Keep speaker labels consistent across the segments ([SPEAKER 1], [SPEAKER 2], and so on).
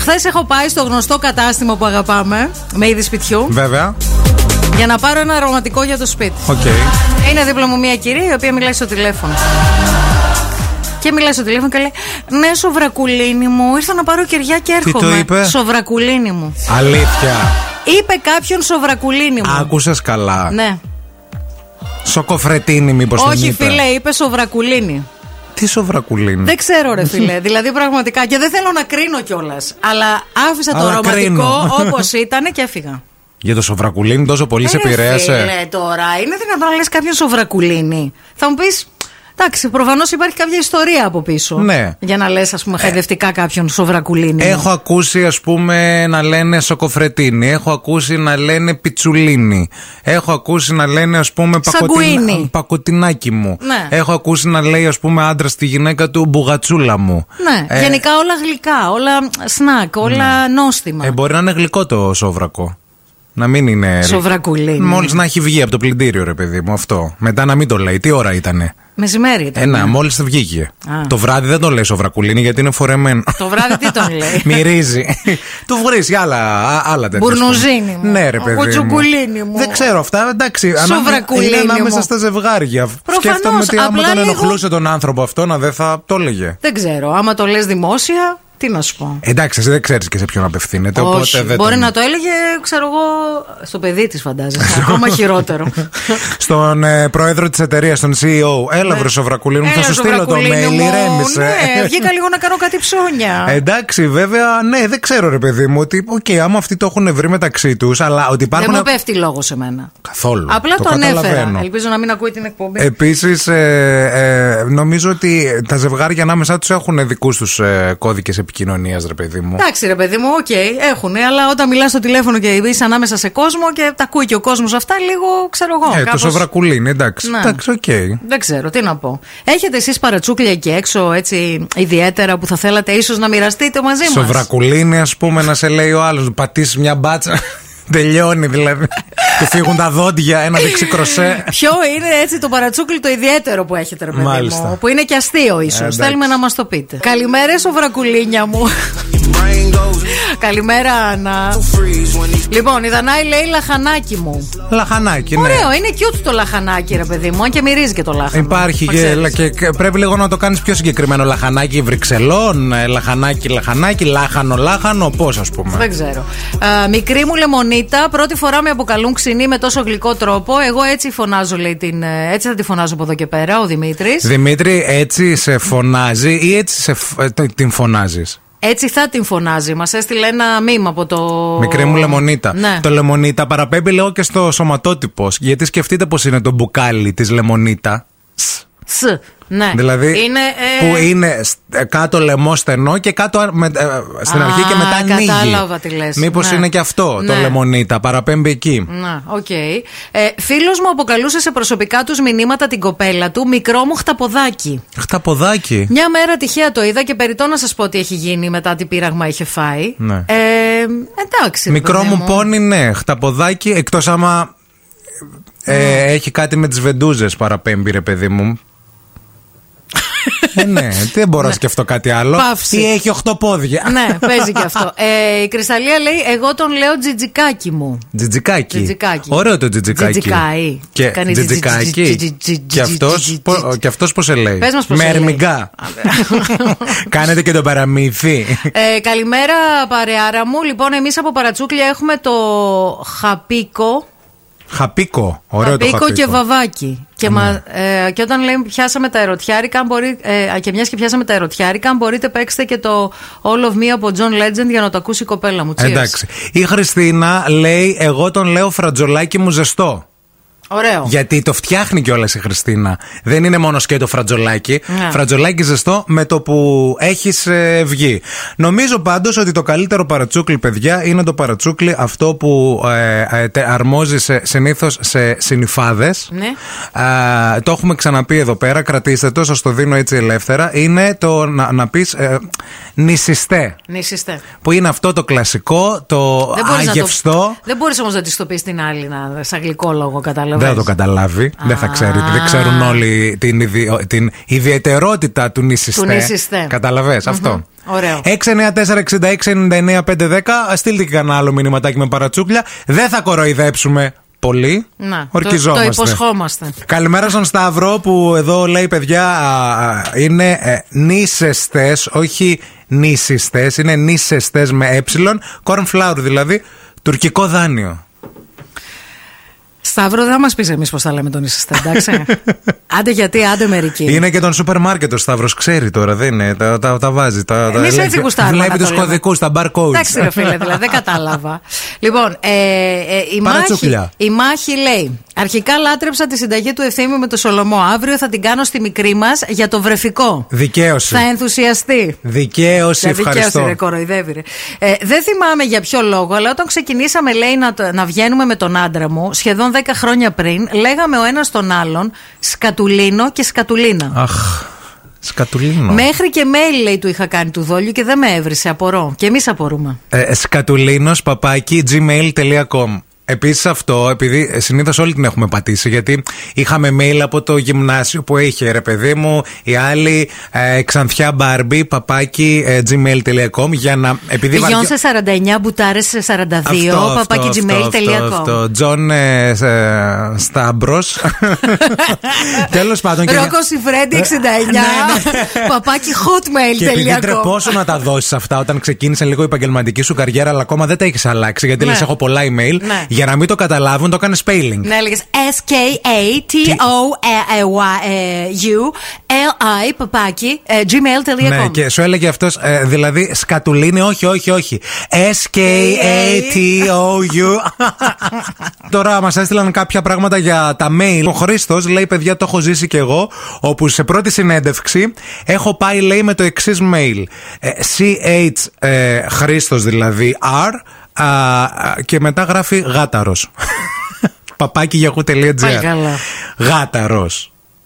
[SPEAKER 1] Χθες έχω πάει στο γνωστό κατάστημα που αγαπάμε, με είδη σπιτιού,
[SPEAKER 2] Βέβαια.
[SPEAKER 1] για να πάρω ένα αρωματικό για το σπίτι.
[SPEAKER 2] Οκ.
[SPEAKER 1] Είναι δίπλα μου μια κυρία η οποία μιλάει στο τηλέφωνο. Και μιλάει στο τηλέφωνο και λέει: Ναι, σοβρακουλίνη μου, ήρθα να πάρω κεριά και
[SPEAKER 2] Τι το
[SPEAKER 1] έρχομαι.
[SPEAKER 2] είπε?
[SPEAKER 1] Σοβρακουλίνη μου.
[SPEAKER 2] Αλήθεια.
[SPEAKER 1] Είπε κάποιον σοβρακουλίνη μου.
[SPEAKER 2] Άκουσες καλά.
[SPEAKER 1] Ναι.
[SPEAKER 2] Σοκοφρετίνη, μήπως τον
[SPEAKER 1] Όχι,
[SPEAKER 2] είπε.
[SPEAKER 1] φίλε, είπε σοβρακουλίνη.
[SPEAKER 2] Τι σοβρακουλίνη.
[SPEAKER 1] Δεν ξέρω, ρε φίλε. δηλαδή, πραγματικά. Και δεν θέλω να κρίνω κιόλας. Αλλά άφησα το
[SPEAKER 2] Αλλά κρίνω.
[SPEAKER 1] ρομαντικό όπω ήταν και έφυγα.
[SPEAKER 2] Για το σοβρακουλίνη τόσο πολύ σε
[SPEAKER 1] Ρε
[SPEAKER 2] επηρέασε.
[SPEAKER 1] Φίλε, τώρα είναι δυνατόν να λες κάποιον σοβρακουλίνη. Θα μου πεις. Εντάξει, προφανώς υπάρχει κάποια ιστορία από πίσω.
[SPEAKER 2] Ναι.
[SPEAKER 1] Για να λες, ας πούμε, χαϊδευτικά κάποιον σοβρακουλίνη.
[SPEAKER 2] Έχω ακούσει, ας πούμε, να λένε σοκοφρετίνη. Έχω ακούσει να λένε πιτσουλίνη. Έχω ακούσει να λένε, ας πούμε,
[SPEAKER 1] Σαγκουίνι.
[SPEAKER 2] πακοτινά, πακοτινάκι μου.
[SPEAKER 1] Ναι.
[SPEAKER 2] Έχω ακούσει να λέει, ας πούμε, άντρα στη γυναίκα του μπουγατσούλα μου.
[SPEAKER 1] Ναι,
[SPEAKER 2] Ε,
[SPEAKER 1] γενικά όλα γλυκά, όλα σνακ, όλα νόστιμα.
[SPEAKER 2] ε, μπορεί να είναι γλυκό το σόβρακο. Να μην είναι.
[SPEAKER 1] Σοβρακουλίνη.
[SPEAKER 2] Μόλις να έχει βγει από το πλυντήριο, ρε παιδί μου, αυτό. Μετά να μην το λέει. Τι ώρα ήτανε.
[SPEAKER 1] Μεσημέρι ήταν.
[SPEAKER 2] Ένα, μόλις βγήκε.
[SPEAKER 1] Ναι. Α.
[SPEAKER 2] Το βράδυ δεν το λέει σοβρακουλίνη γιατί είναι φορεμένο.
[SPEAKER 1] Το βράδυ τι τον λέει?
[SPEAKER 2] Μυρίζει. του βρίσκει άλλα, α- άλλα τέτοια.
[SPEAKER 1] Μπουρνουζίνη μου.
[SPEAKER 2] Ναι, ρε παιδί. μου.
[SPEAKER 1] Κουτσουκουλίνη μου.
[SPEAKER 2] Δεν ξέρω αυτά. Εντάξει. ανά-
[SPEAKER 1] Σοβρακουλίνη
[SPEAKER 2] Είναι ανάμεσα
[SPEAKER 1] μου.
[SPEAKER 2] στα ζευγάρια.
[SPEAKER 1] Προφανώς,
[SPEAKER 2] Σκέφτομαι ότι άμα
[SPEAKER 1] απλά
[SPEAKER 2] τον
[SPEAKER 1] λίγο-
[SPEAKER 2] ενοχλούσε τον άνθρωπο αυτό να δεν θα το έλεγε.
[SPEAKER 1] Δεν ξέρω, άμα το λες δημόσια, τι να σου πω.
[SPEAKER 2] Εντάξει, εσύ δεν ξέρεις και σε ποιον απευθύνεται.
[SPEAKER 1] Όχι,
[SPEAKER 2] Ε, οπότε δεν
[SPEAKER 1] μπορεί
[SPEAKER 2] τον-
[SPEAKER 1] να το έλεγε, ξέρω εγώ, στο παιδί της φαντάζεσαι. ακόμα χειρότερο.
[SPEAKER 2] Στον ε, πρόεδρο της εταιρείας, τον CEO. Έλα, βρε Σοβρακουλίνη, μου, θα
[SPEAKER 1] Ναι. Έλα,
[SPEAKER 2] σου στείλω το
[SPEAKER 1] Σοβρακουλίνη
[SPEAKER 2] mail.
[SPEAKER 1] μου,
[SPEAKER 2] Ηρέμησε.
[SPEAKER 1] Ναι, βγήκα λίγο να κάνω κάτι ψώνια.
[SPEAKER 2] Εντάξει, βέβαια, ναι, δεν ξέρω ρε παιδί μου ότι, οκ, άμα αυτοί το έχουν βρει μεταξύ τους, αλλά ότι
[SPEAKER 1] Δεν
[SPEAKER 2] υπάρχουν.
[SPEAKER 1] μου πέφτει λόγος σε μένα.
[SPEAKER 2] Καθόλου.
[SPEAKER 1] Ναι, Απλά το, ανέφερα.
[SPEAKER 2] καταλαβαίνω. Ε,
[SPEAKER 1] Ελπίζω να μην ακούει την εκπομπή.
[SPEAKER 2] Επίσης, νομίζω ότι τα ζευγάρια ανάμεσά τους έχουν δικούς τους ε, κώδικες επικοινωνίας, ρε παιδί μου.
[SPEAKER 1] Εντάξει, ρε παιδί μου, οκ, έχουν, αλλά όταν μιλάς στο τηλέφωνο και είσαι ανάμεσα σε κόσμο και τα ακούει και ο κόσμος αυτά, λίγο ξέρω εγώ.
[SPEAKER 2] ε, το
[SPEAKER 1] κάπως-
[SPEAKER 2] σοβρακουλίνι, εντάξει.
[SPEAKER 1] Ναι.
[SPEAKER 2] Εντάξει, οκ.
[SPEAKER 1] Δεν ξέρω, τι να πω. Έχετε εσείς παρατσούκλια εκεί έξω, έτσι ιδιαίτερα που θα θέλατε ίσως να μοιραστείτε μαζί μα.
[SPEAKER 2] Σοβρακουλίνι, ας πούμε, να σε λέει ο άλλος, πατήσεις μια μπάτσα. Τελειώνει δηλαδή. Του φύγουν τα δόντια, ένα δεξί κροσέ.
[SPEAKER 1] Ποιο είναι έτσι το παρατσούκλι το ιδιαίτερο που έχετε, ρε παιδί
[SPEAKER 2] Μάλιστα. Ε,
[SPEAKER 1] μου. Που είναι και αστείο, ίσως.
[SPEAKER 2] εντάξει.
[SPEAKER 1] Θέλουμε να μας το πείτε. Καλημέρα, σοβρακουλίνια μου. Καλημέρα, Άννα. Λοιπόν, η Δανάη λέει λαχανάκι μου.
[SPEAKER 2] Λαχανάκι, ναι.
[SPEAKER 1] Ωραίο, είναι cute το λαχανάκι, ρε παιδί μου, αν και μυρίζει και το λάχανο.
[SPEAKER 2] Υπάρχει
[SPEAKER 1] Τα
[SPEAKER 2] και,
[SPEAKER 1] ξέρεις.
[SPEAKER 2] και- και πρέπει λίγο να το κάνεις πιο συγκεκριμένο. Λαχανάκι Βρυξελών, ε, λαχανάκι, λαχανάκι, λάχανο, λάχανο, πώς ας πούμε.
[SPEAKER 1] Δεν ξέρω. Α, μικρή μου λεμονίτα, πρώτη φορά με αποκαλούν ξινή με τόσο γλυκό τρόπο. Εγώ έτσι φωνάζω, λέει την. ε, Έτσι θα τη φωνάζω από εδώ και πέρα, ο Δημήτρης.
[SPEAKER 2] Δημήτρη, έτσι σε φωνάζει ή έτσι σε, φ- ε, τε- την φωνάζεις.
[SPEAKER 1] Έτσι θα την φωνάζει. Μας έστειλε ένα μήνυμα από το.
[SPEAKER 2] Μικρή μου λεμονίτα.
[SPEAKER 1] Ναι.
[SPEAKER 2] Το λεμονίτα παραπέμπει λίγο και στο σωματότυπο. Γιατί σκεφτείτε πώ είναι το μπουκάλι της λεμονίτα.
[SPEAKER 1] Σ, ναι.
[SPEAKER 2] Δηλαδή,
[SPEAKER 1] είναι. ε,
[SPEAKER 2] που είναι σ- ε, κάτω λαιμό στενό και κάτω α- με- ε, στην
[SPEAKER 1] Α,
[SPEAKER 2] αρχή και μετά ανοίγει.
[SPEAKER 1] κατάλαβα τι λες.
[SPEAKER 2] Μήπως
[SPEAKER 1] Ναι.
[SPEAKER 2] είναι και αυτό το
[SPEAKER 1] Ναι.
[SPEAKER 2] λεμονίτα, παραπέμπει εκεί.
[SPEAKER 1] Να, Ναι, οκ. Ε, Φίλος μου αποκαλούσε σε προσωπικά τους μηνύματα την κοπέλα του μικρό μου χταποδάκι.
[SPEAKER 2] Χταποδάκι.
[SPEAKER 1] Μια μέρα τυχαία το είδα και περιττώ να σας πω τι έχει γίνει μετά τι πείραγμα είχε φάει.
[SPEAKER 2] Ναι.
[SPEAKER 1] Ε, εντάξει. ρε
[SPEAKER 2] Μικρό
[SPEAKER 1] παιδί
[SPEAKER 2] μου πόνι, ναι. Χταποδάκι, εκτός άμα ε,
[SPEAKER 1] Ναι.
[SPEAKER 2] έχει κάτι με τις βεντούζες παραπέμπει, ρε παιδί μου. ε, ναι, δεν μπορώ να σκεφτώ κάτι άλλο.
[SPEAKER 1] Παύση.
[SPEAKER 2] Ή έχει οχτώ πόδια.
[SPEAKER 1] ναι, παίζει και αυτό. Ε, η Κρυσταλία λέει: Εγώ τον λέω τζιτζικάκι μου.
[SPEAKER 2] Τζιτζικάκι.
[SPEAKER 1] Τζιτζικάκι.
[SPEAKER 2] Ωραίο το τζιτζικάκι.
[SPEAKER 1] Τζιτζικάει.
[SPEAKER 2] Και
[SPEAKER 1] Κάνει τζιτζι- τζι-
[SPEAKER 2] τζιτζικάκι.
[SPEAKER 1] τζι- τζι-
[SPEAKER 2] Και αυτός
[SPEAKER 1] τζι-
[SPEAKER 2] πο-
[SPEAKER 1] τζι-
[SPEAKER 2] Και αυτός πώς σε λέει.
[SPEAKER 1] Πες μας πώς
[SPEAKER 2] Με
[SPEAKER 1] σε λέει.
[SPEAKER 2] ερμηγά. Κάνετε και το παραμύθι.
[SPEAKER 1] Ε, καλημέρα, παρεάρα μου. Λοιπόν, εμείς από Παρατσούκλια έχουμε το χαπίκο.
[SPEAKER 2] Χαπίκο. Ωραίο το χαπίκο. Ναι.
[SPEAKER 1] και βαβάκι. Και, μα, ε, και όταν λέμε πιάσαμε τα ερωτιάρικα, αν μπορεί, ε, α, και μιας και πιάσαμε τα ερωτιάρικα, αν μπορείτε παίξτε και το All of Me από John Legend για να το ακούσει η κοπέλα μου. Cheers.
[SPEAKER 2] Εντάξει. Η Χριστίνα λέει: Εγώ τον λέω φρατζολάκι μου ζεστό.
[SPEAKER 1] Ωραίο.
[SPEAKER 2] Γιατί το φτιάχνει κιόλας η Χριστίνα. Δεν είναι μόνο σκέτο φρατζολάκι.
[SPEAKER 1] Ναι.
[SPEAKER 2] Φρατζολάκι ζεστό με το που έχεις βγει. Νομίζω πάντως ότι το καλύτερο παρατσούκλι, παιδιά, είναι το παρατσούκλι αυτό που ε, ε, τε- αρμόζει σε, συνήθως σε συνυφάδες.
[SPEAKER 1] Ναι.
[SPEAKER 2] το έχουμε ξαναπεί εδώ πέρα. Κρατήστε το, σας το δίνω έτσι ελεύθερα. Είναι το να, να πεις ε, νησιστέ.
[SPEAKER 1] Νησίστε.
[SPEAKER 2] Που είναι αυτό το κλασικό, το
[SPEAKER 1] μπορείς να
[SPEAKER 2] αγευστό.
[SPEAKER 1] Το, δεν μπορείς όμως να τη το πει την άλλη να, σαν γλυκό λόγο, κατάλαβε.
[SPEAKER 2] Δεν θα το καταλάβει. Δεν θα ξέρει.
[SPEAKER 1] Α.
[SPEAKER 2] Δεν ξέρουν όλοι την, ιδιο- την ιδιαιτερότητα του νησιστέ.
[SPEAKER 1] Του νησιστέ.
[SPEAKER 2] Καταλαβες, αυτό.
[SPEAKER 1] Ωραίο.
[SPEAKER 2] 694-6699-510. Στείλτε και κανένα άλλο μηνυματάκι με παρατσούκλια. Δεν θα κοροϊδέψουμε πολύ.
[SPEAKER 1] Να, το, το
[SPEAKER 2] Ορκιζόμαστε.
[SPEAKER 1] υποσχόμαστε.
[SPEAKER 2] Καλημέρα στον Σταύρο που εδώ λέει παιδιά α, α, είναι ε, νήσεστες, όχι νήσιστες, είναι νήσεστες με ε, cornflower δηλαδή, τουρκικό δάνειο.
[SPEAKER 1] Σταύρο, δεν θα μας πεις εμείς πώς θα λέμε τον Ισιστέ, εντάξει. άντε γιατί, άντε μερικοί.
[SPEAKER 2] Είναι και τον σούπερ μάρκετ ο Σταύρος, ξέρει τώρα, δεν είναι, τα, τα, τα βάζει. Τα, τα
[SPEAKER 1] Εμείς
[SPEAKER 2] λέει.
[SPEAKER 1] έτσι γουστάρουμε να
[SPEAKER 2] Βλέπει
[SPEAKER 1] το
[SPEAKER 2] τους
[SPEAKER 1] λέμε.
[SPEAKER 2] κωδικούς, τα barcodes.
[SPEAKER 1] Εντάξει, ρε φίλε, δηλαδή δεν κατάλαβα. λοιπόν, ε, ε, η, μάχη,
[SPEAKER 2] Παρατσούκλια.
[SPEAKER 1] η μάχη λέει: Αρχικά λάτρεψα τη συνταγή του Ευθύμιου με το Σολομό. Αύριο θα την κάνω στη μικρή μας για το βρεφικό.
[SPEAKER 2] Δικαίωση.
[SPEAKER 1] Θα ενθουσιαστεί.
[SPEAKER 2] Δικαίωση,
[SPEAKER 1] Δηλαδή,
[SPEAKER 2] ευχαριστώ.
[SPEAKER 1] ρε, κοροϊδεύει, ρε. Ε, δεν θυμάμαι για ποιο λόγο, αλλά όταν ξεκινήσαμε, λέει, να, το- να βγαίνουμε με τον άντρα μου, σχεδόν 10 χρόνια πριν, λέγαμε ο ένας τον άλλον Σκατουλίνο και Σκατουλίνα.
[SPEAKER 2] Αχ, σκατουλίνο.
[SPEAKER 1] Μέχρι και mail, λέει, του είχα κάνει του δόλιου και δεν με έβρισε. Απορώ. Και εμείς απορούμε.
[SPEAKER 2] Ε, σκατουλίνος παπάκι gmail.com Επίσης αυτό, επειδή συνήθως όλοι την έχουμε πατήσει, γιατί είχαμε mail από το γυμνάσιο που είχε ρε παιδί μου, η άλλη ε, ξανθιά μπαρμπι παπάκι ε, gmail.com για να. Επειδή
[SPEAKER 1] Πηγιών
[SPEAKER 2] βαριό-
[SPEAKER 1] σε 49, μπουτάρες σε 42,
[SPEAKER 2] αυτό,
[SPEAKER 1] παπάκι
[SPEAKER 2] αυτό, αυτό, αυτό,
[SPEAKER 1] gmail.com.
[SPEAKER 2] αυτό. Τζον ε, ε, Στάμπρο. Τέλος πάντων. και- Ε, ναι,
[SPEAKER 1] Ρόκο Σιφρέντι 69, παπάκι
[SPEAKER 2] Και επειδή
[SPEAKER 1] hotmail.com.
[SPEAKER 2] τρεπόσο να τα δώσεις αυτά όταν ξεκίνησε λίγο η επαγγελματική σου καριέρα, αλλά ακόμα δεν τα έχεις αλλάξει. Γιατί
[SPEAKER 1] Ναι.
[SPEAKER 2] λες έχω πολλά email.
[SPEAKER 1] Ναι.
[SPEAKER 2] Για να μην το καταλάβουν, το έκανε spelling.
[SPEAKER 1] Να έλεγες S-K-A-T-O-U-L-I παπάκι ε, gmail.com.
[SPEAKER 2] Ναι, και σου έλεγε αυτός, δηλαδή σκατουλίνη, όχι, όχι, όχι. S-K-A-T-O-U. Τώρα μας έστειλαν κάποια πράγματα για τα mail. Ο Χρήστος λέει, παιδιά, το έχω ζήσει κι εγώ, όπου σε πρώτη συνέντευξη έχω πάει, λέει, με το εξής mail. Ε, C-H ε, Χρήστος δηλαδή, R, α, α, και μετά γράφει γάταρος. Παπάκι
[SPEAKER 1] Πάλι καλά.
[SPEAKER 2] Γάταρο.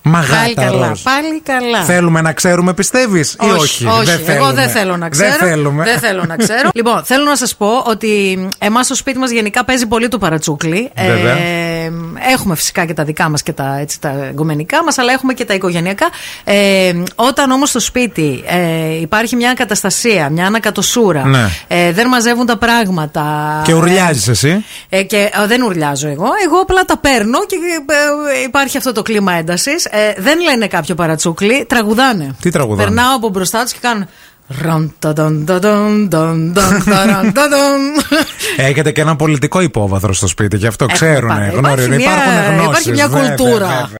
[SPEAKER 2] Μα
[SPEAKER 1] Πάλι καλά.
[SPEAKER 2] γάταρος.
[SPEAKER 1] Πάλι καλά.
[SPEAKER 2] Θέλουμε να ξέρουμε, πιστεύεις, ή όχι.
[SPEAKER 1] εγώ
[SPEAKER 2] θέλουμε.
[SPEAKER 1] δεν θέλω να ξέρω.
[SPEAKER 2] Δεν θέλουμε.
[SPEAKER 1] Δεν θέλω να ξέρω. λοιπόν, θέλω να σας πω ότι εμάς στο σπίτι μας γενικά παίζει πολύ το παρατσούκλι.
[SPEAKER 2] Βέβαια.
[SPEAKER 1] Ε, έχουμε φυσικά και τα δικά μας και τα, έτσι, τα εγκομενικά μας, αλλά έχουμε και τα οικογενειακά. Ε, όταν όμως στο σπίτι ε, υπάρχει μια καταστασία, μια ανακατοσούρα,
[SPEAKER 2] Ναι.
[SPEAKER 1] ε, δεν μαζεύουν τα πράγματα.
[SPEAKER 2] Και ουρλιάζεις εσύ.
[SPEAKER 1] Ε, και ε, δεν ουρλιάζω εγώ. Εγώ απλά τα παίρνω και ε, ε, υπάρχει αυτό το κλίμα έντασης. δεν λένε κάποιο παρατσούκλι, τραγουδάνε.
[SPEAKER 2] Τι τραγουδάνε?
[SPEAKER 1] Περνάω από μπροστά τους και κάνουν. ραν, τα, δαν, τα, δαν, δαν, δαν, τα, ραν, τα, δαν.
[SPEAKER 2] Έχετε και ένα πολιτικό υπόβαθρο στο σπίτι, γι' αυτό
[SPEAKER 1] Έχουμε
[SPEAKER 2] ξέρουν.
[SPEAKER 1] πάντα.
[SPEAKER 2] Γνώριουν,
[SPEAKER 1] Υπάρχει μια-
[SPEAKER 2] υπάρχουν γνώσει.
[SPEAKER 1] υπάρχει μια κουλτούρα.